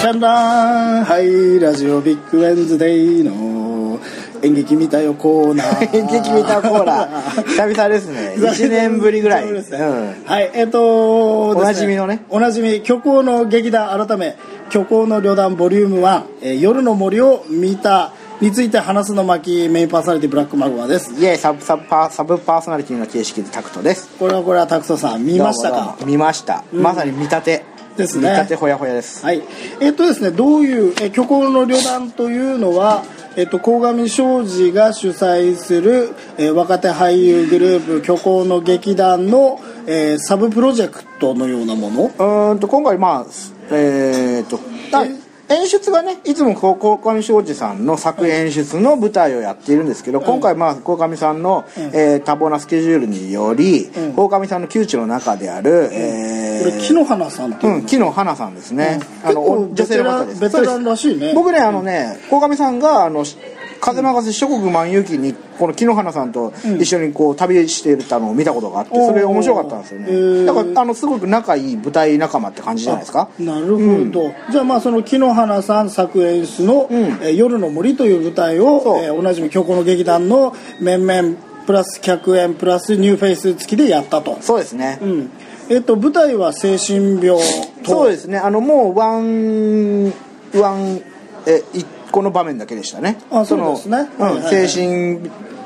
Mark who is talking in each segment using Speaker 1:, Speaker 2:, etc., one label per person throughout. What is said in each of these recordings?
Speaker 1: ちゃんだはいラジオビッグウェンズデイの演劇見たよコーナー
Speaker 2: 演劇見たコーラ 久々ですね1年ぶりぐらい、
Speaker 1: そう
Speaker 2: う
Speaker 1: ですね
Speaker 2: ん、
Speaker 1: はいえっ、と
Speaker 2: おなじみのね
Speaker 1: ですおなじみ虚構の劇団改め虚構の旅団ボリューム1、えー夜の森を見たについて話すの巻メインパーソナリティブラックマグマです
Speaker 2: イエイサブサブパーサブパーソナリティの形式でタクトです
Speaker 1: これはこれはタクトさん見ました
Speaker 2: どうも
Speaker 1: か
Speaker 2: どうも見ました、まさに見立て
Speaker 1: ですね
Speaker 2: 見立てほやほやです
Speaker 1: はい、えっとですね、どういう、え虚構の旅団というのは、えっと、鴻上庄司が主催する、え若手俳優グループ虚構の劇団の、えーサブプロジェクトのようなもの
Speaker 2: うーんと今回まあえー、っとだ演出がねいつもこう鴻上庄司さんの作演出の舞台をやっているんですけど、今回まあ鴻上さんの、えー多忙なスケジュールにより、鴻上さんの窮地の中である、え
Speaker 1: こ
Speaker 2: ー
Speaker 1: れ木の花さんっていうう、
Speaker 2: ん、木の花さんですね、
Speaker 1: うん
Speaker 2: あのお女
Speaker 1: 結構
Speaker 2: 性の方です
Speaker 1: ベテランベテラン
Speaker 2: そう
Speaker 1: ら
Speaker 2: です
Speaker 1: しいね
Speaker 2: 僕ねあのね鴻上さんがあのし風任せ諸国万有記にこの木の花さんと一緒にこう旅していたのを見たことがあって
Speaker 1: おー
Speaker 2: それ面白かったんですよ
Speaker 1: へー
Speaker 2: ねだからあのすごく仲いい舞台仲間って感じじゃないですか
Speaker 1: なるほど、じゃあまあその木の花さん作演出の「
Speaker 2: ん
Speaker 1: えー夜の森」という舞台を
Speaker 2: そう、
Speaker 1: えーおなじみ虚構の劇団の面々プラス100円プラスニューフェイス付きでやったと、
Speaker 2: そうですね、
Speaker 1: うんえっと舞台は精神病と
Speaker 2: そうですねあのもうワンワンえいこの場面だけでしたね
Speaker 1: あ
Speaker 2: の
Speaker 1: そうですね
Speaker 2: うん
Speaker 1: はいはいはい
Speaker 2: 精神、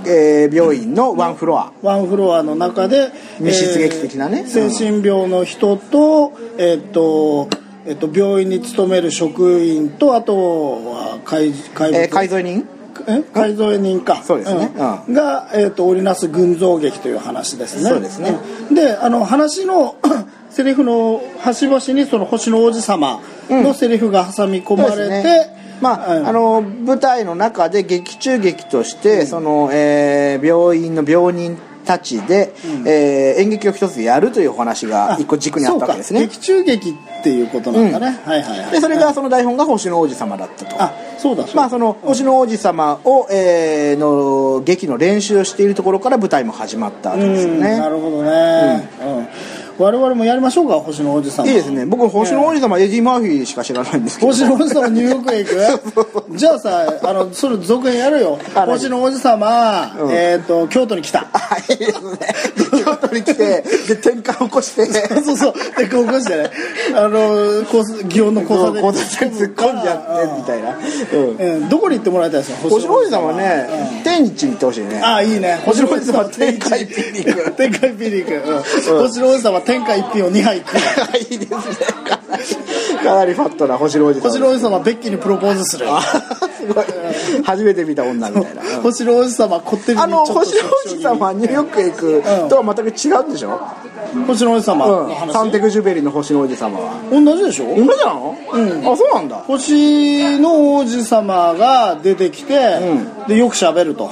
Speaker 2: えー病院のワンフロア、
Speaker 1: ワンフロアの中で
Speaker 2: 密室劇的なね
Speaker 1: えー精神病の人と,、えっとえっと病院に勤める職員とあとは介介,、
Speaker 2: えー改造人
Speaker 1: え改造人か
Speaker 2: そうですね
Speaker 1: ん
Speaker 2: う
Speaker 1: が、えっと織りなす群像劇という話ですね
Speaker 2: そうですね
Speaker 1: うんであの話の セリフの端々にその星の王子様のセリフが挟み込まれ
Speaker 2: そう
Speaker 1: て、
Speaker 2: ですねまあ
Speaker 1: うん
Speaker 2: あの舞台の中で劇中劇として、そのえー病院の病人たちで、えー演劇を一つやるというお話が一個軸にあったわけです
Speaker 1: そう
Speaker 2: ね
Speaker 1: か劇中劇っていうことなんだね、はいはいはい
Speaker 2: でそれがその台本が星の王子様だったと
Speaker 1: あそうだそうだ
Speaker 2: まあその星の王子様を、えーの劇の練習をしているところから舞台も始まったわけですよ
Speaker 1: うんな
Speaker 2: ね
Speaker 1: るほどね、うん我々もやりましょうか星の王子様
Speaker 2: いいですね僕星の王子様、エディ・マーフィーしか知らないんですけど
Speaker 1: 星の王子様ニューヨークへ 行くじゃあさあのそれ続編やるよ
Speaker 2: あ何
Speaker 1: 星の王子様、
Speaker 2: うん
Speaker 1: えっ、と京都に来た
Speaker 2: はいいですね京都 に来てで転換を起こして
Speaker 1: そうそうでこうこうしてねあのこう祇園の交差点
Speaker 2: 交差点突っ込んじゃってみたいな、うん、
Speaker 1: うんうんどこに行ってもらいたいですよ
Speaker 2: 星野王子さんは
Speaker 1: うん
Speaker 2: ね、天一に行ってほしいね
Speaker 1: ああいいね
Speaker 2: 星野王子様天下一品に行く
Speaker 1: 天下一品に行く、うん、星の王子様天下一品を2杯食う
Speaker 2: いいですねかなりかなりファットな星野王子さん
Speaker 1: 星の王子様ベッキーにプロポーズする
Speaker 2: あすごい初めて見た女みたいなうん
Speaker 1: 星の王子様こってりに
Speaker 2: あの
Speaker 1: ちょっと
Speaker 2: 星野王子様はニューヨークへ行くとは全く違うんでしょ、
Speaker 1: 星の王子様の
Speaker 2: うん、
Speaker 1: 話、
Speaker 2: サンテグジュベリーの星野王子様は
Speaker 1: 同じでしょ、
Speaker 2: 同じなの、うん、あそうなんだ
Speaker 1: 星の王子様が出てきて、でよく喋ると、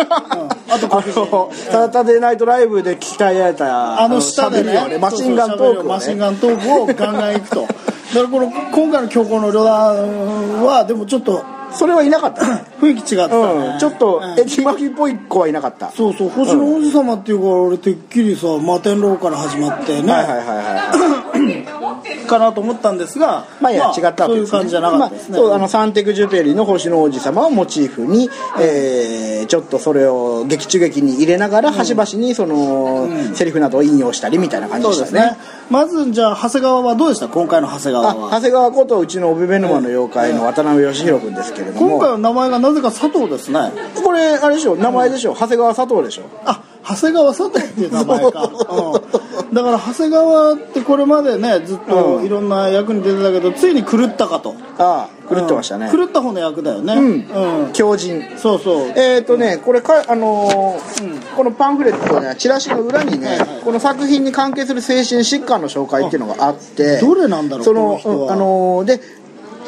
Speaker 1: あと
Speaker 2: あのサタデーナイトライブで鍛えられた
Speaker 1: あの下で
Speaker 2: 喋りを
Speaker 1: ね
Speaker 2: マシンガントークを、ね、
Speaker 1: マシンガントークをガンガン行くとだからこの今回の強行の旅団はでもちょっと
Speaker 2: それはいなかったね
Speaker 1: 雰囲気違ってたね、
Speaker 2: うん、ちょっとエッジマキっぽい子はいなかった。
Speaker 1: そうそう星の王子様っていうから俺てっきりさ摩天楼から始まってね、
Speaker 2: はいはいはいはい。
Speaker 1: かなと思ったんですが
Speaker 2: まあいや、違っ
Speaker 1: そう
Speaker 2: たわけ
Speaker 1: いう
Speaker 2: です、ね。
Speaker 1: 感じじゃなかったですね、
Speaker 2: まあ、そう、あの、サンテクジュペリの星の王子様をモチーフに、えー、ちょっとそれを劇中劇に入れながら、端々にその、セリフなどを引用したりみたいな感じ
Speaker 1: そ
Speaker 2: で
Speaker 1: う
Speaker 2: し
Speaker 1: で
Speaker 2: た
Speaker 1: す
Speaker 2: ね。
Speaker 1: ねまずじゃあ長谷川はどうでした今回の長谷川
Speaker 2: あ
Speaker 1: は
Speaker 2: 長谷川ことうちの帯部沼の妖怪の渡辺義弘君ですけれども
Speaker 1: 今回の名前がなぜか佐藤ですね
Speaker 2: これあれでしょ名前でしょ長谷川佐藤でしょ
Speaker 1: あ長谷川佐藤っていう名前か、
Speaker 2: そうそう
Speaker 1: うん、だから長谷川ってこれまでねずっと
Speaker 2: うん
Speaker 1: いろんな役に出てたけどついに狂ったかと
Speaker 2: ああ狂ってましたね、
Speaker 1: うん狂った方の役だよねうん
Speaker 2: うん、狂人
Speaker 1: そうそう
Speaker 2: えーとね、これか、あのーこのパンフレットね、チラシの裏にね、
Speaker 1: はいはい
Speaker 2: この作品に関係する精神疾患の紹介っていうのがあって、
Speaker 1: あどれなんだろう
Speaker 2: そ
Speaker 1: この
Speaker 2: の、
Speaker 1: 人は
Speaker 2: うんあのーで、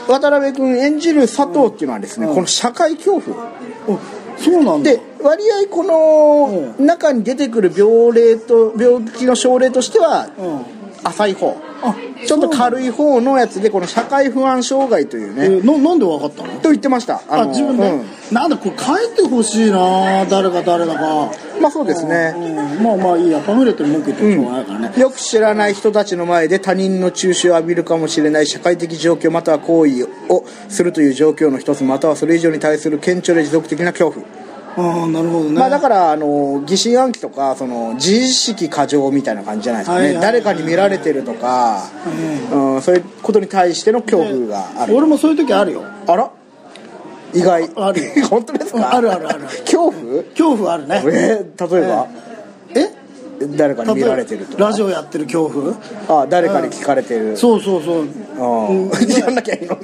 Speaker 2: 渡辺君演じる佐藤っていうのはですね、この社会恐怖。
Speaker 1: おそうなんだ
Speaker 2: で、割合この中に出てくる病例と、病気の症例としては
Speaker 1: うん、
Speaker 2: 浅い方。
Speaker 1: あ
Speaker 2: ちょっと軽い方のやつでこの社会不安障害という
Speaker 1: え
Speaker 2: ね、
Speaker 1: ーななんで分かったの
Speaker 2: と言ってました
Speaker 1: あ
Speaker 2: の
Speaker 1: 自分で、
Speaker 2: うん
Speaker 1: なんだこれ書いてほしいな誰が誰だか
Speaker 2: まあそうですね、
Speaker 1: うんまあまあいいやパンフレットに文句言ってもしょうがないからね、
Speaker 2: よく知らない人たちの前で他人の注視を浴びるかもしれない社会的状況または行為をするという状況の一つまたはそれ以上に対する顕著で持続的な恐怖、
Speaker 1: ああなるほどね、
Speaker 2: まあだからあの疑心暗鬼とかその自意識過剰みたいな感じじゃないですかね、
Speaker 1: はいはい
Speaker 2: 誰かに見られてるとか、うん、そういうことに対しての恐怖がある
Speaker 1: 俺もそういう時あるよ
Speaker 2: あら意外
Speaker 1: あある
Speaker 2: 本当です
Speaker 1: うん
Speaker 2: か
Speaker 1: あるあるある
Speaker 2: 恐怖
Speaker 1: 恐怖あるね
Speaker 2: えー例えば、
Speaker 1: え
Speaker 2: 誰かに
Speaker 1: 例
Speaker 2: 見
Speaker 1: え
Speaker 2: ら
Speaker 1: ば
Speaker 2: れてるとか
Speaker 1: ラジオやってる恐怖
Speaker 2: あ誰かに聞かれてる、
Speaker 1: そうそうそう
Speaker 2: あーやんなきゃいいのに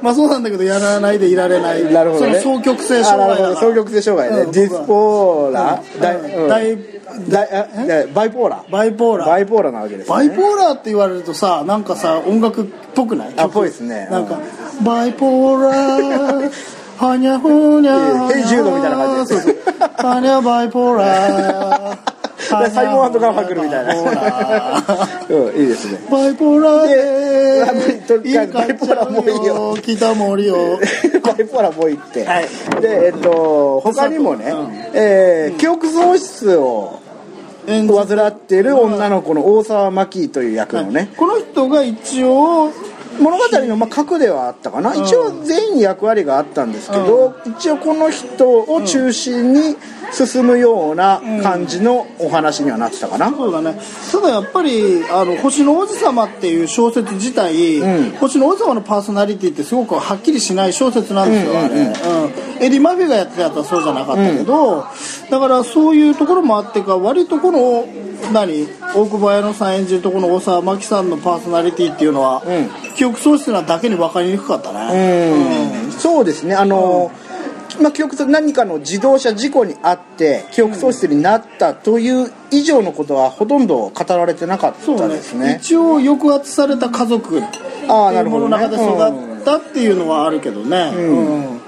Speaker 1: まあそうなんだけどやらないでいられない
Speaker 2: なるほどね
Speaker 1: その双極性障害
Speaker 2: あ
Speaker 1: だか
Speaker 2: なるほど双
Speaker 1: ら
Speaker 2: 極性障害
Speaker 1: うん
Speaker 2: ねディスポーラ
Speaker 1: うん
Speaker 2: ダイ
Speaker 1: うん
Speaker 2: うんダイあいやバイポーラ
Speaker 1: バイポーラー
Speaker 2: バイポーラなわけです
Speaker 1: バ
Speaker 2: ね
Speaker 1: イポーラーって言われるとさなんかさ音楽っぽくない
Speaker 2: あ
Speaker 1: 曲
Speaker 2: ぽいですね
Speaker 1: なんか、バイポーラーはにゃほにゃ
Speaker 2: いやヘイジュードみたいな感じ
Speaker 1: そうそうはにゃバイポー ラー
Speaker 2: サイモン&ガーファンクルみたい
Speaker 1: バ
Speaker 2: な
Speaker 1: イポーラー
Speaker 2: うんいいですね
Speaker 1: バイポーラー
Speaker 2: であ
Speaker 1: で
Speaker 2: とにかく
Speaker 1: 家買っちゃ
Speaker 2: バイポーラーもういいよ
Speaker 1: 北森を
Speaker 2: バイポーラもういいって、
Speaker 1: はい
Speaker 2: でえっと他にもね、
Speaker 1: うん
Speaker 2: えー記憶喪失を
Speaker 1: 演じ
Speaker 2: 患っている女の子の大沢真紀という役のね、
Speaker 1: この人が一応
Speaker 2: 物語のまあ核ではあったかな、一応全員役割があったんですけど、一応この人を中心に進むような感じのお話にはなってたかな、
Speaker 1: そうだねただやっぱり「あの星の王子様」っていう小説自体、
Speaker 2: うん
Speaker 1: 星の王子様のパーソナリティってすごくはっきりしない小説なんですよ、
Speaker 2: うんうんうん
Speaker 1: あれ、うん、エディ・マーフィーがやってたやつはそうじゃなかったけど、だからそういうところもあってか割とこの何大久保綾乃さん演じるとこの大沢真紀さんのパーソナリティっていうのは、
Speaker 2: うん
Speaker 1: 記憶喪失なだけに分かりにくかったね、
Speaker 2: うんそうですねあの、まあ、記憶喪何かの自動車事故にあって記憶喪失になったという以上のことはほとんど語られてなかっ
Speaker 1: そう
Speaker 2: た
Speaker 1: ね
Speaker 2: ですね
Speaker 1: 一応抑圧された家族っていう
Speaker 2: あーなる
Speaker 1: も
Speaker 2: ほ
Speaker 1: の
Speaker 2: どね
Speaker 1: の中で育ったっていうのはあるけどね、うん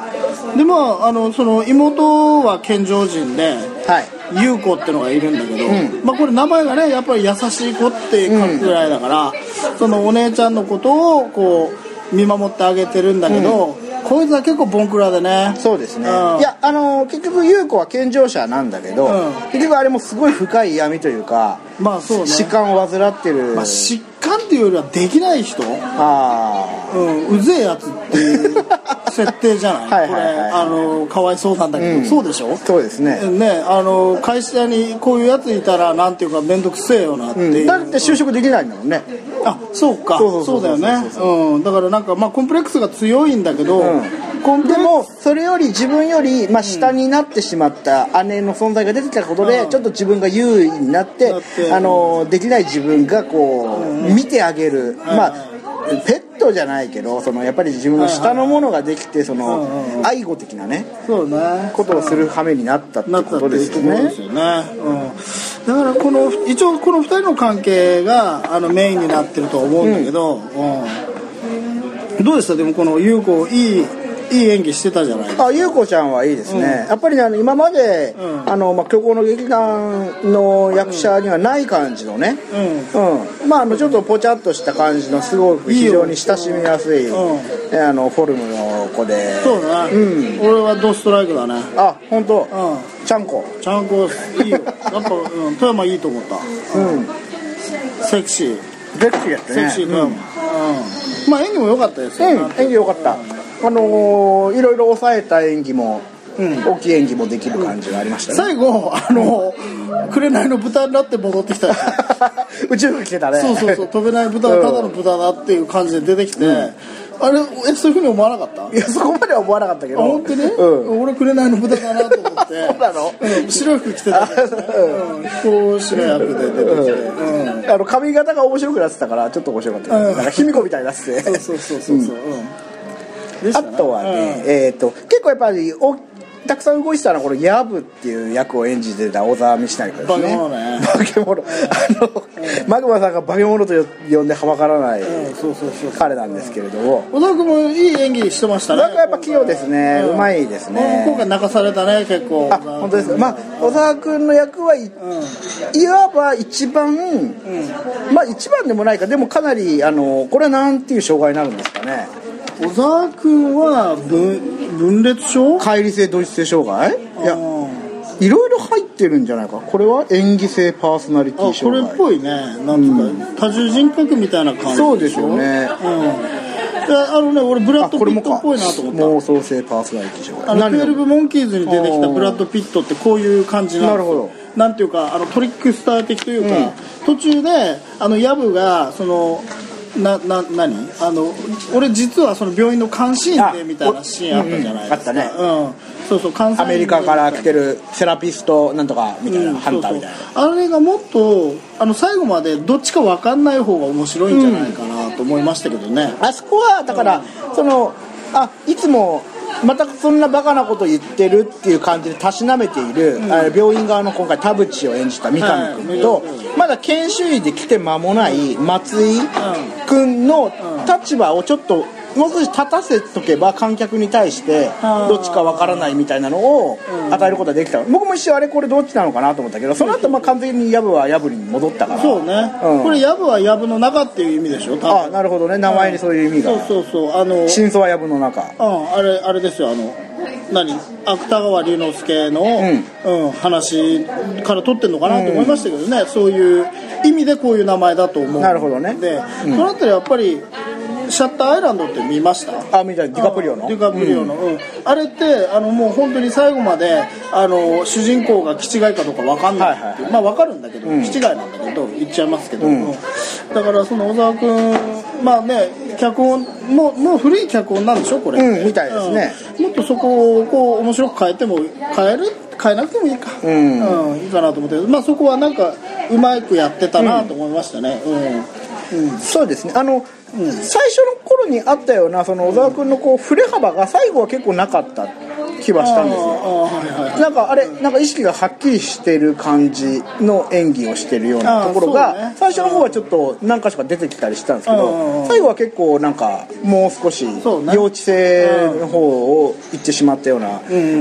Speaker 1: でまああのその妹は健常人で
Speaker 2: はい
Speaker 1: 優子ってのがいるんだけど、
Speaker 2: う
Speaker 1: まあ、これ名前がねやっぱり優しい子って書くぐらいだから、そのお姉ちゃんのことをこう見守ってあげてるんだけど、こいつは結構ボンクラでね
Speaker 2: そうですね、
Speaker 1: うん
Speaker 2: いやあの結局優子は健常者なんだけど、
Speaker 1: うん
Speaker 2: 結局あれもすごい深い闇というか、
Speaker 1: まあそうね
Speaker 2: 疾患を患ってる、
Speaker 1: まあ、疾患っていうよりはできない人、
Speaker 2: あ
Speaker 1: うん、うぜえやつっていう設定じゃない
Speaker 2: はいはいはい
Speaker 1: これあのかわいそうなんだけど、
Speaker 2: うん
Speaker 1: そうでしょ
Speaker 2: あそうですね、
Speaker 1: ねあの会社にこういうやついたらなんていうか面倒くせえよなって
Speaker 2: う
Speaker 1: い
Speaker 2: ん、
Speaker 1: う、
Speaker 2: だって就職できないんだもんね
Speaker 1: あそうか
Speaker 2: そ
Speaker 1: そ
Speaker 2: うそうう
Speaker 1: だ
Speaker 2: そ
Speaker 1: よ
Speaker 2: うそう
Speaker 1: ねうんだからなんかまあコンプレックスが強いんだけど、
Speaker 2: うんでもそれより自分より、まあ、下になってしまった姉の存在が出てきたことで、ちょっと自分が優位になって
Speaker 1: だって
Speaker 2: あのできない自分がこう、見てあげる、まあペットじゃないけどそのやっぱり自分の下のものができてその、愛護的なね
Speaker 1: そうね
Speaker 2: ことをする羽目になったって
Speaker 1: な
Speaker 2: こ
Speaker 1: ったって
Speaker 2: とで
Speaker 1: いう
Speaker 2: す
Speaker 1: と
Speaker 2: よ
Speaker 1: ころで
Speaker 2: ね
Speaker 1: すよねうん、だからこの一応この2人の関係があのメインになってると思うんだけど、うんどうでしたでもこの優子いいいい演技してたじゃないですか
Speaker 2: あ、ゆうこちゃんはいいですね。やっぱりね、あの今まで、
Speaker 1: うん
Speaker 2: あの、まあ、虚構の劇団の役者にはない感じのね。うん、まあ、あの、ちょっとぽちゃっとした感じの、すごく
Speaker 1: いい
Speaker 2: 非
Speaker 1: よ
Speaker 2: 常に親しみやすい。
Speaker 1: う
Speaker 2: ねあの、フォルムの子で。
Speaker 1: そうだね、
Speaker 2: うん
Speaker 1: 俺はドストライクだね
Speaker 2: あ、本当。
Speaker 1: う
Speaker 2: ちゃんこ。
Speaker 1: ちゃんこいいよやっぱ、うん、富山いいと思った
Speaker 2: うん。
Speaker 1: セクシー
Speaker 2: ゼクシーやった
Speaker 1: セ
Speaker 2: ね。
Speaker 1: クシー富
Speaker 2: う
Speaker 1: 山、
Speaker 2: ん
Speaker 1: うんまあ演技も良かったですよ、
Speaker 2: うん、演技良かった。あのーいろいろ抑えた演技も、
Speaker 1: うん
Speaker 2: 大きい演技もできる感じがありましたね。
Speaker 1: 最後あの「紅の豚」になって戻ってきた よ
Speaker 2: 宇宙服着てたね。
Speaker 1: そうそうそう飛べない豚はただの豚だっていう感じで出てきて、あれえそういうふうに思わなかった
Speaker 2: いや、そこまでは思わなかったけど。
Speaker 1: 思ってね、
Speaker 2: うん。
Speaker 1: 俺紅の豚だなと思って
Speaker 2: そうなの
Speaker 1: うん、白い服着てたんですね、うん、飛行士の役で出てきて、うん
Speaker 2: あの髪型が面白くなってたからちょっと面白かったけど、
Speaker 1: うん
Speaker 2: なんか卑弥呼みたいになってて
Speaker 1: そうそうそうそうそう、うんでし
Speaker 2: あ
Speaker 1: たね
Speaker 2: とはね、
Speaker 1: うん
Speaker 2: えっ、と結構やっぱりおたくさん動いてたのはこのヤブっていう役を演じてた小沢道成君ですね
Speaker 1: 化
Speaker 2: け物ねあの、マグマさんが化け物と呼んではばからない
Speaker 1: うんそうそうそう
Speaker 2: 彼なんですけれども、
Speaker 1: 小田君もいい演技してましたね
Speaker 2: なんかやっぱ器用ですね
Speaker 1: 今
Speaker 2: うま
Speaker 1: 回
Speaker 2: いですね
Speaker 1: うん今回泣かされたね結構
Speaker 2: あ本当ですかまあ小沢君の役はいいわば一番、まあ一番でもないかでもかなりあのこれはなんていう障害になるんですかね
Speaker 1: うん小沢君は分分裂症
Speaker 2: 乖離性同一性障害いや
Speaker 1: うん
Speaker 2: いろいろ入ってるんじゃないかこれは演技性パーソナリテ
Speaker 1: あ
Speaker 2: ィ
Speaker 1: これ
Speaker 2: 障
Speaker 1: っ
Speaker 2: 害
Speaker 1: ぽいねなんつうか多重人格みたいな感じ
Speaker 2: そうですよね
Speaker 1: うんであのね俺ブラッ
Speaker 2: あ
Speaker 1: ド・
Speaker 2: こ
Speaker 1: ピ
Speaker 2: れ
Speaker 1: ッ
Speaker 2: も
Speaker 1: ト
Speaker 2: か
Speaker 1: っぽいなと思った
Speaker 2: 妄想性パーソナリティ障
Speaker 1: あ
Speaker 2: 害
Speaker 1: の
Speaker 2: 何
Speaker 1: 12
Speaker 2: が
Speaker 1: モンキーズに出てきたブラッド・ピットってこういう感じなんですよ
Speaker 2: なるほ
Speaker 1: なんていうかあのトリックスター的というか、
Speaker 2: うん
Speaker 1: 途中であのヤブがそのなな何あの俺実はその病院の監視員
Speaker 2: あ
Speaker 1: でみたいなシーンあったじゃないですか、
Speaker 2: うんうんあった
Speaker 1: ね、うん、そうそう監査
Speaker 2: ア
Speaker 1: 員
Speaker 2: メリカから来てるセラピストなんとかみたいな、
Speaker 1: うん
Speaker 2: ハンターみたいな
Speaker 1: そうそうあれがもっとあの最後までどっちか分かんない方が面白いんじゃないかなと思いましたけどね、
Speaker 2: あそこはだから、そのあいつもまたそんなバカなこと言ってるっていう感じでたしなめている、あの病院側の今回田淵を演じた三上君と、
Speaker 1: はい
Speaker 2: まだ研修医で来て間もない松井君の立場をちょっともう少し立たせとけば観客に対して
Speaker 1: あー
Speaker 2: どっちかわからないみたいなのを与えることができた僕も一瞬あれこれどっちなのかなと思ったけどその後まあ完全に藪は藪に戻ったから
Speaker 1: そうね、
Speaker 2: うん
Speaker 1: これヤブはヤブの中っていう意味でしょ多分
Speaker 2: あなるほどね名前にそういう意味が、
Speaker 1: そうそうそうあの
Speaker 2: 真相は藪の中
Speaker 1: うん、あれあれですよあの何芥川龍之介の、うん話から取ってんのかなと思いましたけどね、そういう意味でこういう名前だと思う
Speaker 2: なるほどね
Speaker 1: で、そのあたりやっぱりシャッターアイランドって見ました
Speaker 2: あみたいなディカプリオの
Speaker 1: ディカプリオの、うんあれってあのもう本当に最後まであの主人公が気違いかどうか分かんないっていう
Speaker 2: はいはい
Speaker 1: まあ分かるんだけど、気違いなんだけど言っちゃいますけど、うんだからその小沢君まあね脚本もうもう古い脚本なんでしょこれ、
Speaker 2: うんみたいですね
Speaker 1: うんもっとそこをこう面白く変えても変える変えなくてもいいか、
Speaker 2: ん
Speaker 1: ういいかなと思って、まあ、そこはなんかうまくやってたなと思いましたね、うん
Speaker 2: そうですねあの、最初の頃にあったようなその小沢君のこう振れ幅が最後は結構なかった気はしたんです
Speaker 1: あ
Speaker 2: よ
Speaker 1: あはいはい
Speaker 2: なんかあれなんか意識がはっきりしてる感じの演技をしてるようなところ
Speaker 1: あーそう
Speaker 2: が、
Speaker 1: ね
Speaker 2: 最初の方はちょっと何か所か出てきたりしたんですけ
Speaker 1: うんうんう
Speaker 2: ど
Speaker 1: ん
Speaker 2: 最後は結構なんかもう少し
Speaker 1: そうね
Speaker 2: 幼稚性の方を行ってしまったような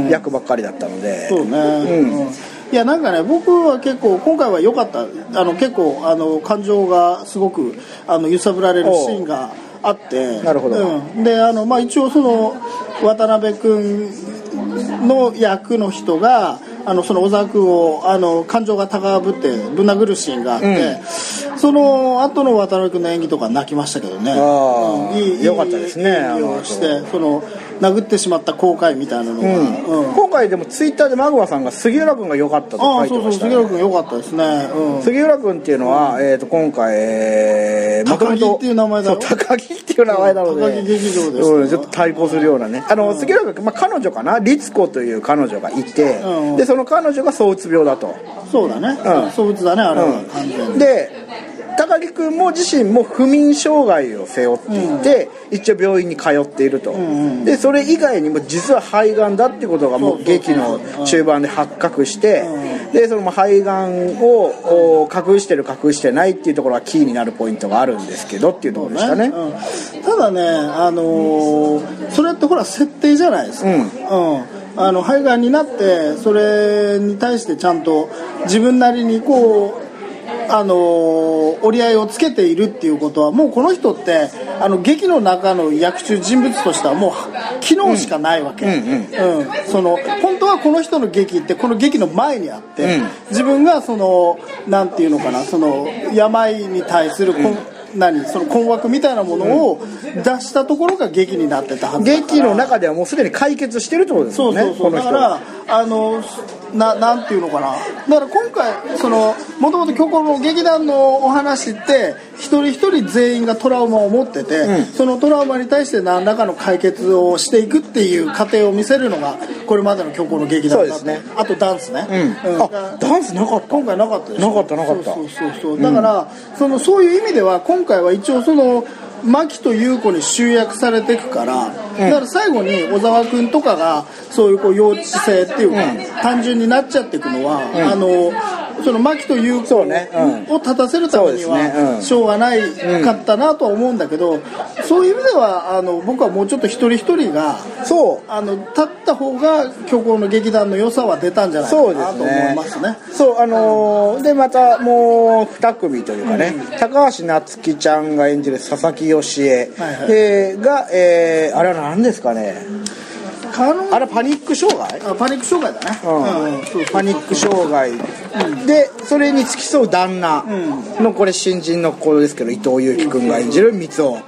Speaker 2: 役ばっかりだったので、
Speaker 1: そうね、うんいやなんかね僕は結構今回は良かったあの結構あの感情がすごくあの揺さぶられるシーンがあって
Speaker 2: なるほど
Speaker 1: うん、であの、まあ、一応その渡辺君の役の人があのその小沢君をあの感情が高ぶってぶん殴るシーンがあって、その後の渡辺君の演技とか泣きましたけどね
Speaker 2: あー良かったですね
Speaker 1: いい
Speaker 2: あの
Speaker 1: 演技をしてその殴ってしまった後悔みたいなのが、うん
Speaker 2: 今回でもツイッターでマグマさんが杉浦君が良かったと
Speaker 1: あ
Speaker 2: 書
Speaker 1: あ
Speaker 2: いて
Speaker 1: そうそ
Speaker 2: ま
Speaker 1: う
Speaker 2: したね
Speaker 1: 杉浦君良かったですね、うん、
Speaker 2: 杉浦君っていうのは、えー、と今回、えー、
Speaker 1: 高木
Speaker 2: 元々
Speaker 1: っていう名前だろ
Speaker 2: そう高木っていう名前なので、
Speaker 1: 高木劇場です
Speaker 2: うん、ちょっと対抗するようなねあの、杉浦君、まあ、彼女かな律子という彼女がいて、
Speaker 1: うん
Speaker 2: でその彼女が相うつ病だと、
Speaker 1: そうだね、
Speaker 2: うん
Speaker 1: そう物だねあれは、完全
Speaker 2: う
Speaker 1: に
Speaker 2: ん、で高木君も自身も不眠障害を背負っていて、一応病院に通っていると、でそれ以外にも実は肺がんだってことがもう劇の中盤で発覚して、でそのまあ肺がんをお隠してる隠してないっていうところがキーになるポイントがあるんですけどっていうところでしたね
Speaker 1: うんただね、あのーそれってほら設定じゃないですか、うんあの肺がんになってそれに対してちゃんと自分なりにこうあのー折り合いをつけているっていうことはもうこの人ってあの劇の中の役中人物としてはもう機能しかないわけ、うんその本当はこの人の劇ってこの劇の前にあって、自分がそのなんていうのかなその病に対するこん、何その困惑みたいなものを出したところが劇になってたはずだから
Speaker 2: 劇の中ではもうすでに解決してるってことです
Speaker 1: そ
Speaker 2: も
Speaker 1: うん
Speaker 2: ね
Speaker 1: そうそう、
Speaker 2: この
Speaker 1: だ
Speaker 2: 人
Speaker 1: か
Speaker 2: は
Speaker 1: らあのななんていうのかなだから今回そのもともと虚構の劇団のお話って一人一人全員がトラウマを持ってて、そのトラウマに対して何らかの解決をしていくっていう過程を見せるのがこれまでの虚構の劇団だった
Speaker 2: そうですね
Speaker 1: あとダンスね、
Speaker 2: うん
Speaker 1: うん
Speaker 2: あダンスなかった
Speaker 1: 今回なかったでしょ
Speaker 2: なかったなかった
Speaker 1: そうそうそうそうだから、そのそういう意味では今回は一応その牧と優子に集約されていくから、だから最後に小沢君とかがそういうこう幼稚性っていうか、
Speaker 2: うん
Speaker 1: 単純になっちゃっていくのは、あのその牧と優子
Speaker 2: うねう
Speaker 1: を立たせるために
Speaker 2: そうですねう
Speaker 1: は
Speaker 2: ん
Speaker 1: しょうがないかったなとは思うんだけど、そういう意味ではあの僕はもうちょっと一人一人が
Speaker 2: そう
Speaker 1: あの立った方が虚構の劇団の良さは出たんじゃない
Speaker 2: そ
Speaker 1: か
Speaker 2: うで
Speaker 1: な
Speaker 2: す
Speaker 1: と思い
Speaker 2: ね
Speaker 1: ますね。
Speaker 2: そうあのーでまたもう2組というかね、高橋夏希ちゃんが演じる佐々木芳恵、
Speaker 1: はいはい
Speaker 2: えーが、えーあれは何ですかね
Speaker 1: 可能
Speaker 2: あれはパニック障害
Speaker 1: あパニック障害だね。うんそう
Speaker 2: パニック障害でそれに付き添う旦那のこれ新人の子ですけど伊藤裕樹君が演じる三尾
Speaker 1: うん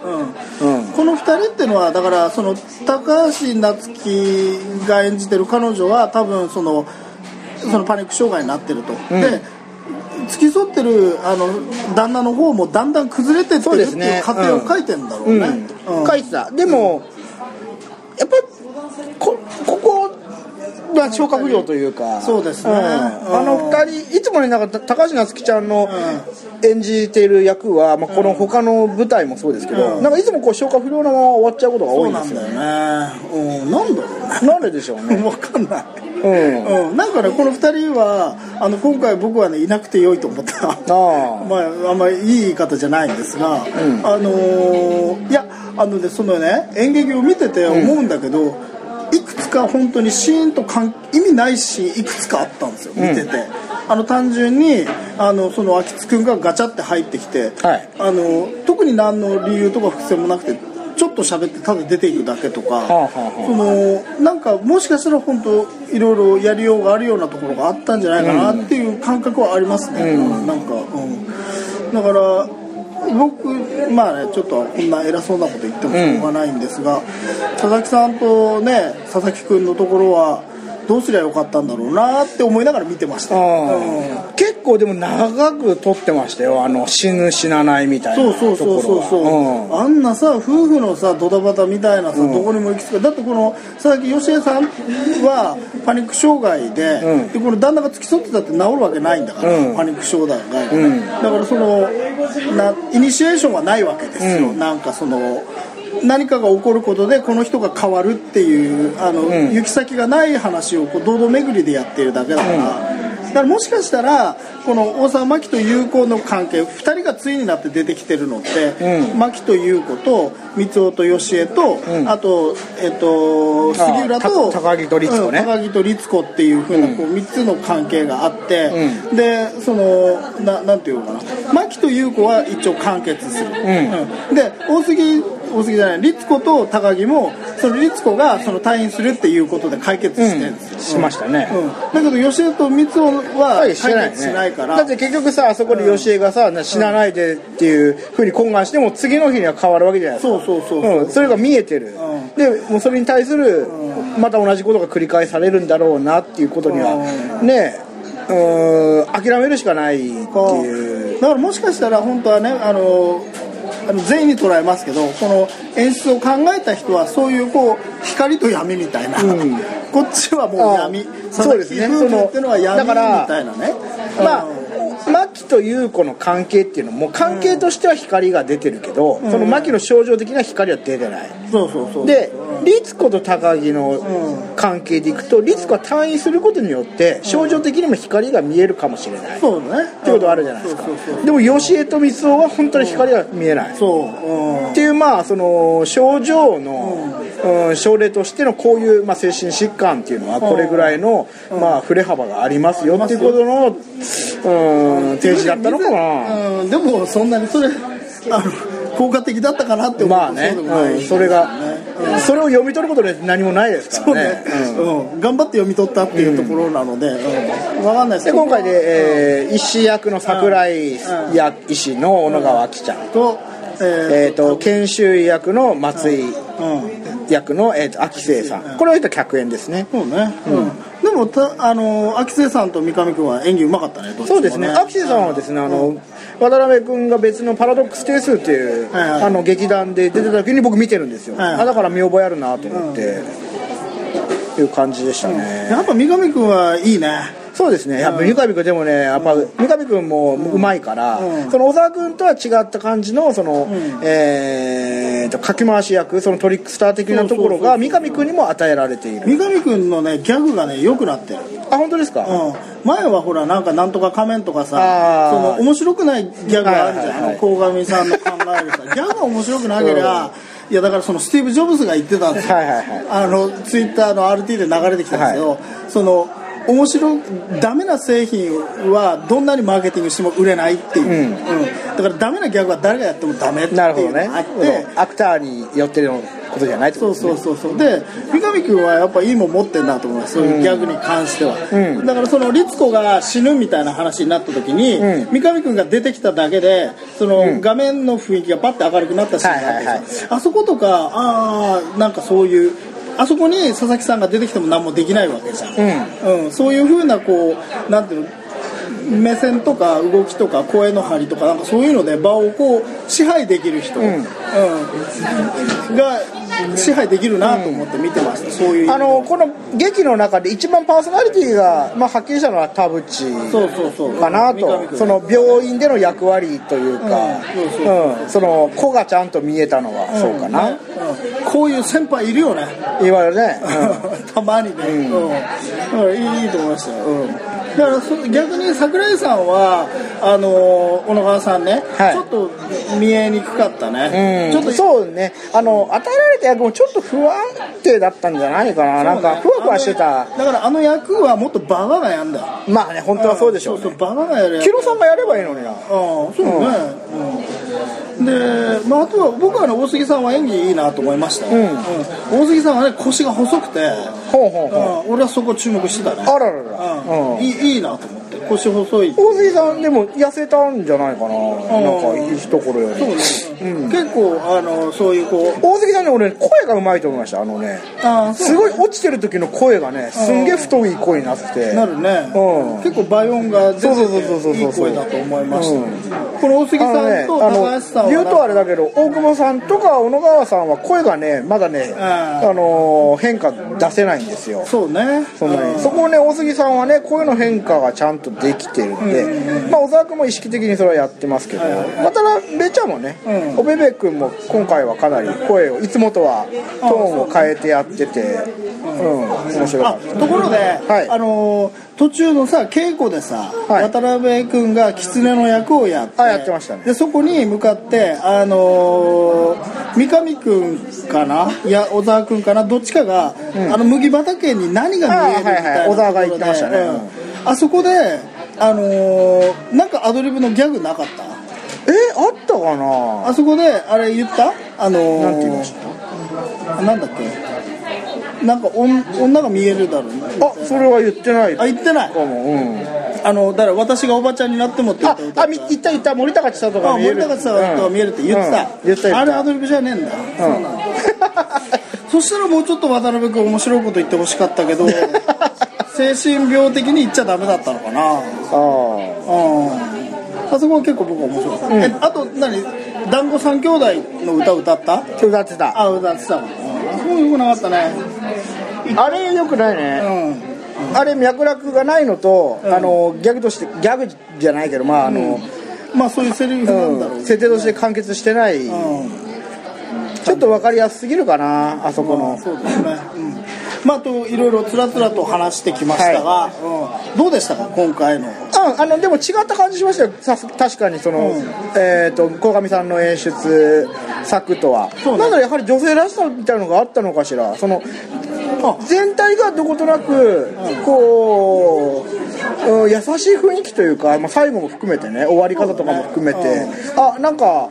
Speaker 1: この2人っていうのはだからその高橋夏希が演じてる彼女は多分そのそのパニック障害になってると、で付き添ってるあの旦那の方もだんだん崩れてって
Speaker 2: そう
Speaker 1: る
Speaker 2: で
Speaker 1: って
Speaker 2: す
Speaker 1: い
Speaker 2: ね
Speaker 1: う過程を書いてんだろうね、うん
Speaker 2: 書いてたでもやっぱこここまあ消化不良というか
Speaker 1: そうですね
Speaker 2: ん
Speaker 1: うん
Speaker 2: あの2人いつもねなんか高橋夏希ちゃんの演じている役は、まあ、この他の舞台もそうですけど、なんかいつもこう消化不良のまま終わっちゃうことが
Speaker 1: そ
Speaker 2: 多
Speaker 1: う
Speaker 2: い
Speaker 1: ん
Speaker 2: で
Speaker 1: な
Speaker 2: す
Speaker 1: ん
Speaker 2: よ
Speaker 1: だ
Speaker 2: ね
Speaker 1: よね、うん、なんだろうね
Speaker 2: なんででしょ うね
Speaker 1: 分かんない
Speaker 2: うん
Speaker 1: うん、なんかねこの2人はあの今回僕はねいなくて良いと思った
Speaker 2: ああ
Speaker 1: まあ、あんまりいい言い方じゃないんですが、あのーいやあのねそのね演劇を見てて思うんだけど、いくつか本当にシーンと関意味ないシーンいくつかあったんですよ見てて、あの単純にあのその秋津君がガチャって入ってきて、
Speaker 2: はい
Speaker 1: あの特に何の理由とか伏線もなくてちょっと喋ってただ出ていくだけとか、
Speaker 2: あはあはあ
Speaker 1: そのなんかもしかしたら本当いろいろやりようがあるようなところがあったんじゃないかなっていう感覚はありますね、なんか、うん、だから僕まあねちょっとこんな偉そうなこと言ってもしょうがないんですが、佐々木さんとね佐々木君のところはどうすりゃよかったんだろうなって思いながら見てました、うん
Speaker 2: うん結構でも長く撮ってましたよあの死ぬ死なないみたい
Speaker 1: そう
Speaker 2: な
Speaker 1: そう
Speaker 2: ところ
Speaker 1: そう
Speaker 2: は
Speaker 1: そうそう、
Speaker 2: うん
Speaker 1: あんなさ夫婦のさドタバタみたいなさ、どこにも行き着かだってこの佐々木芳恵さんはパニック障害で,、
Speaker 2: うん
Speaker 1: でこの旦那が付き添ってたって治るわけないんだから、
Speaker 2: うん
Speaker 1: パニック障害が、だからそのなイニシエーションはないわけですよ、なんかその何かが起こることでこの人が変わるっていうあの、行き先がない話をこう堂々巡りでやっているだけだから、だからもしかしたらこの大沢真紀と優子の関係2人が対になって出てきてるのって、
Speaker 2: う
Speaker 1: 真紀と優子と三尾と義恵と、あと,、えっと杉浦と
Speaker 2: た高木と律子ね
Speaker 1: うん高木と律子っていうふうなこう3つの関係があって、でそのななんていうのかな真紀と優子は一応完結する、うんで大杉大杉じゃない律子と高木もその律子がその退院するっていうことで解決してるんですよ、
Speaker 2: しましたね、
Speaker 1: うんだけど吉江と三尾は
Speaker 2: はいしてな
Speaker 1: 解
Speaker 2: いね
Speaker 1: 決しないから、
Speaker 2: だって結局さあそこで吉江がさ、な死なないでっていうふうに懇願しても次の日には変わるわけじゃないですか
Speaker 1: そうそうそう
Speaker 2: うん、それが見えてる、
Speaker 1: うん
Speaker 2: でもうそれに対する、また同じことが繰り返されるんだろうなっていうことには、ねえうーん諦めるしかないっていう
Speaker 1: だからもしかしたら本当はねあのあの善意に捉えますけどこの演出を考えた人はそういうこう光と闇みたいな、こっちはもう闇
Speaker 2: あ
Speaker 1: 佐
Speaker 2: そう
Speaker 1: 々
Speaker 2: で
Speaker 1: 木
Speaker 2: すね
Speaker 1: 夫婦っていうのは闇
Speaker 2: そのだ
Speaker 1: み
Speaker 2: から
Speaker 1: たいなね
Speaker 2: まあ
Speaker 1: うん
Speaker 2: 牧と優子の関係っていうのも関係としては光が出てるけど、その牧の症状的な光は出てない、
Speaker 1: そうそうそう
Speaker 2: で律子と高木の関係でいくと律子は退院することによって症状的にも光が見えるかもしれない、
Speaker 1: そうだね
Speaker 2: ってことあるじゃないですか
Speaker 1: そうそうそう
Speaker 2: でも吉江と光雄は本当に光が見えない、っ
Speaker 1: そううん
Speaker 2: ていうまあその症状の、うん、症例としてのこういう、まあ、精神疾患っていうのはこれぐらいの、まあ、振れ幅がありますよっていうことの、うん、提示だったのかな、
Speaker 1: うん、でもそんなにそれあの効果的だったかなって思うと
Speaker 2: まあね、
Speaker 1: そうでもない
Speaker 2: うんそれが、それを読み取ることで何もないですか
Speaker 1: そう
Speaker 2: らね
Speaker 1: ね、うん頑張って読み取ったっていうところなので、うん分かんないです
Speaker 2: で
Speaker 1: けど
Speaker 2: 今回で、えー、医師役の桜井
Speaker 1: うん
Speaker 2: や医師の小野川きちゃん、
Speaker 1: と,、えー
Speaker 2: えー、と研修医役の松井
Speaker 1: うん、
Speaker 2: 役の、えー、と秋生さんこれは言ったら客演ですね
Speaker 1: そうね、うん、でもたあの秋瀬さんと三上君は演技うまかったねどっちも
Speaker 2: そうですね秋生さんはですねあの、渡辺君が別の「パラドックス定数」っていう、
Speaker 1: はいはい
Speaker 2: あの劇団で出てた時に僕見てるんですよ、
Speaker 1: はいはい
Speaker 2: あだから見覚えあるなと思って、いう感じでしたね、
Speaker 1: やっぱ三上君はいいね
Speaker 2: そうですねやっぱ三上君でもねやっぱ三上君もうまいから、
Speaker 1: うん
Speaker 2: その小沢君とは違った感じのその、
Speaker 1: ん
Speaker 2: えーとかき回し役そのトリックスター的なところが
Speaker 1: そうそう
Speaker 2: 三上君にも与えられている
Speaker 1: 三上君のねギャグがねよくなってる
Speaker 2: あ本当ですか、
Speaker 1: うん、前はほらなんかなんとか仮面とかさ
Speaker 2: あ
Speaker 1: そ
Speaker 2: ー
Speaker 1: の面白くないギャグがあるじ
Speaker 2: は
Speaker 1: ゃ
Speaker 2: い
Speaker 1: ん、あ
Speaker 2: はいはい
Speaker 1: の鴻上さんの考え るさギャグが面白くなけりゃ、いやだからそのスティーブ・ジョブズが言ってたんですよ、
Speaker 2: はいはいはい
Speaker 1: あのツイッターの RT で流れてきたんですよ、その面白いダメな製品はどんなにマーケティングしても売れないっていう、
Speaker 2: うん
Speaker 1: うんだからダメなギャグは誰がやってもダメっていう
Speaker 2: なるほど
Speaker 1: の
Speaker 2: ね
Speaker 1: があって、
Speaker 2: そのアクターによってのことじゃないってこ
Speaker 1: そ
Speaker 2: と
Speaker 1: う
Speaker 2: ですね
Speaker 1: そうそうそうで三上君はやっぱいいもん持ってんなと思いますそういうギャグに関しては、
Speaker 2: う
Speaker 1: だからその律子が死ぬみたいな話になった時に、
Speaker 2: う
Speaker 1: 三上君が出てきただけでその、画面の雰囲気がパッて明るくなったシーンがあって、
Speaker 2: はいはいは
Speaker 1: あそことかああなんかそういうあそこに佐々木さんが出てきても何もできないわけじゃん、うんそういうふうなこうなんていうの目線とか動きとか声の張りとかなんかそういうので場をこう支配できる人、うんが支配できるなと思って見てました、そういう意味で
Speaker 2: あのこの劇の中で一番パーソナリティがまあはっきりしたのは田淵
Speaker 1: そうそうそう
Speaker 2: かな
Speaker 1: 三上
Speaker 2: と
Speaker 1: 君
Speaker 2: その病院での役割というか
Speaker 1: うんそうそう
Speaker 2: うんその子がちゃんと見えたのはそうか
Speaker 1: ん
Speaker 2: な
Speaker 1: ねうんこういう先輩いるよね、
Speaker 2: いわゆるねうん
Speaker 1: たまにね、うんうんいいいいと思いましたよ、うんだからそ逆に桜井さんはあのー小野川さんね、
Speaker 2: はい
Speaker 1: ちょっと見えにくかったね、ち
Speaker 2: うん
Speaker 1: ょっと
Speaker 2: そうねあの与えられた役もちょっと不安定だったんじゃないかななんかふわふわして
Speaker 1: あ
Speaker 2: た
Speaker 1: のだからあの役はもっとババがやんだよ
Speaker 2: まあね本当はそうでしょう
Speaker 1: そうそ
Speaker 2: ね
Speaker 1: うババがやるやつ
Speaker 2: キロさんがやればいいのにな
Speaker 1: ああそうね、うんで、まあ、あとは僕はね大杉さんは演技いいなと思いましたよ、
Speaker 2: うん
Speaker 1: 大杉さんはね腰が細くて、
Speaker 2: ほうほ
Speaker 1: う、
Speaker 2: うほうん
Speaker 1: 俺はそこ注目してたね
Speaker 2: あららら
Speaker 1: うん
Speaker 2: うん
Speaker 1: いいいいなと思って腰細い
Speaker 2: 大杉さんでも痩せたんじゃないかななんかいいところより
Speaker 1: そうね、結構あのそういうこう
Speaker 2: 大関さんね俺ね声がうまいと思いましたあのね
Speaker 1: ああ
Speaker 2: すごい落ちてる時の声がねすんげえ太い声になってて
Speaker 1: なるね、
Speaker 2: うん
Speaker 1: 結構倍音が出て
Speaker 2: そうそうそうそうそう
Speaker 1: ていい声だと思いました、この大杉
Speaker 2: あの
Speaker 1: さ
Speaker 2: ね
Speaker 1: んと高橋さ
Speaker 2: あ
Speaker 1: ん
Speaker 2: の
Speaker 1: は
Speaker 2: 言
Speaker 1: な
Speaker 2: うん
Speaker 1: か
Speaker 2: とあれだけど大久保さんとか小野川さんは声がねまだね
Speaker 1: あ
Speaker 2: あのー変化出せないんですよ
Speaker 1: そうね
Speaker 2: そんなに
Speaker 1: うん
Speaker 2: そこをね大杉さんはね声の変化がちゃんとできてるんで、まあ、小沢君も意識的にそれはやってますけど、またべちゃんもね、
Speaker 1: うん
Speaker 2: おべべ君も今回はかなり声をいつもとはトーンを変えてやっててうん、面白か
Speaker 1: あ
Speaker 2: った
Speaker 1: ところで、
Speaker 2: はい
Speaker 1: あのー途中のさ稽古でさ、
Speaker 2: はい
Speaker 1: 渡辺君が狐の役をやって
Speaker 2: あやってましたね
Speaker 1: でそこに向かってあのー三上君かないや小沢君かなどっちかが、あの麦畑に何が見えるみたいな
Speaker 2: あはいはい小沢が言って
Speaker 1: ところで
Speaker 2: ましたね
Speaker 1: うんあそこであのーなんかアドリブのギャグなかった
Speaker 2: えあったかな
Speaker 1: あそこであれ言ったあのー
Speaker 2: なんて言いまし
Speaker 1: あなんだっけなんか女女が見えるだろうね
Speaker 2: あそれは言ってない
Speaker 1: あ
Speaker 2: か
Speaker 1: 言ってない
Speaker 2: もうん
Speaker 1: あのだから私がおばちゃんになってもって言
Speaker 2: あ
Speaker 1: った歌
Speaker 2: あみ言った言った森高千里が
Speaker 1: あ
Speaker 2: 見え
Speaker 1: 森
Speaker 2: る
Speaker 1: 高さんとは見えるって言ってた,、
Speaker 2: うん言った言った
Speaker 1: あれアドリブじゃねえんだ、そうなんだそしたらもうちょっと渡辺君面白いこと言ってほしかったけ ど精神病的に言っちゃダメだったのかなうん
Speaker 2: ああ
Speaker 1: あそこは結構僕は面白かった、えあと何団子三兄弟の歌歌った
Speaker 2: 手伝ってた
Speaker 1: あ歌ってたもんあそこよくなかったね
Speaker 2: あれよくないね、
Speaker 1: うん
Speaker 2: あれ脈絡がないのと、あのギャグとしてギャグじゃないけどまああの、
Speaker 1: まあそういうセリフ
Speaker 2: う
Speaker 1: なん
Speaker 2: ん
Speaker 1: だろうけ
Speaker 2: 設定
Speaker 1: ど
Speaker 2: として完結してない、
Speaker 1: うん
Speaker 2: ちょっと分かりやすすぎるかなあそこの、
Speaker 1: そうですね、うん、まああといろいろつらつらと話してきましたが、うんどうでしたか今回の
Speaker 2: うん、あのでも違った感じしましたよさ確かにその、えっ、と鴻上さんの演出作とは
Speaker 1: そうね
Speaker 2: なのでやはり女性らしさみたいなのがあったのかしらその全体がどことなくこう、うん優しい雰囲気というか、まあ、最後も含めてね終わり方とかも含めて、あなんか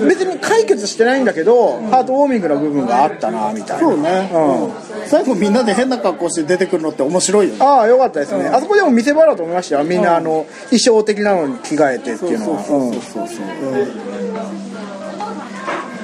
Speaker 2: 別に解決してないんだけど、ハートウォーミングな部分があったなみたいな
Speaker 1: そうね、
Speaker 2: うん
Speaker 1: うん最後みんなで変な格好して出てくるのって面白いよね
Speaker 2: ああよかったですね、あそこでも見せ場だと思いましたよみんなあの衣装的なのに着替えてっていうのはうん
Speaker 1: そうそう、うん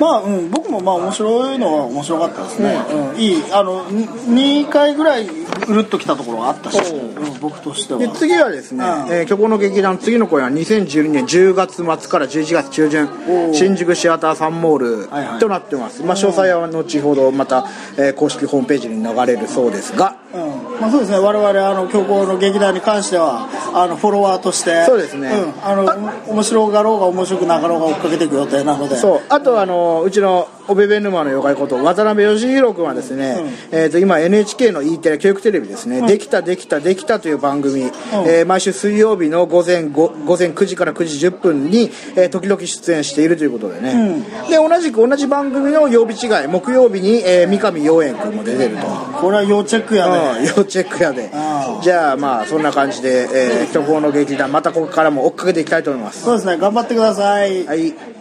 Speaker 1: まあ、うん、僕もまあ面白いのは面白かったですね、うんいいあの2回ぐらいうるっときたところがあったし、うん僕としては
Speaker 2: で次はですね、
Speaker 1: うん
Speaker 2: えー虚構の劇団次の公演は2012年10月末から11月中旬
Speaker 1: おー
Speaker 2: 新宿シアターサンモール
Speaker 1: はいはい
Speaker 2: となってます、まあ、詳細は後ほどまた、えー公式ホームページに流れるそうですが、
Speaker 1: うんまあ、そうですね我々あの強行の劇団に関してはあのフォロワーとして
Speaker 2: そうですね
Speaker 1: ん、あのお面白がろうが面白くなかろうが追っかけていく予定なので
Speaker 2: そうあとあのうちのおべべ沼の妖怪こと渡辺義弘君はですね、えー、と今 NHK の E テレ教育テレビですね「できたできたできた」という番組、えー毎週水曜日の午前 ,5 午前9時から9時10分に、えー時々出演しているということでね、で同じく同じ番組の曜日違い木曜日に、えー三上陽円君も出てると。
Speaker 1: これは要チェックやね、
Speaker 2: うん要チェックやで
Speaker 1: あ
Speaker 2: じゃあまあそんな感じで「えー、巨峰の劇団」またここからも追っかけていきたいと思います
Speaker 1: そうですね頑張ってください
Speaker 2: はい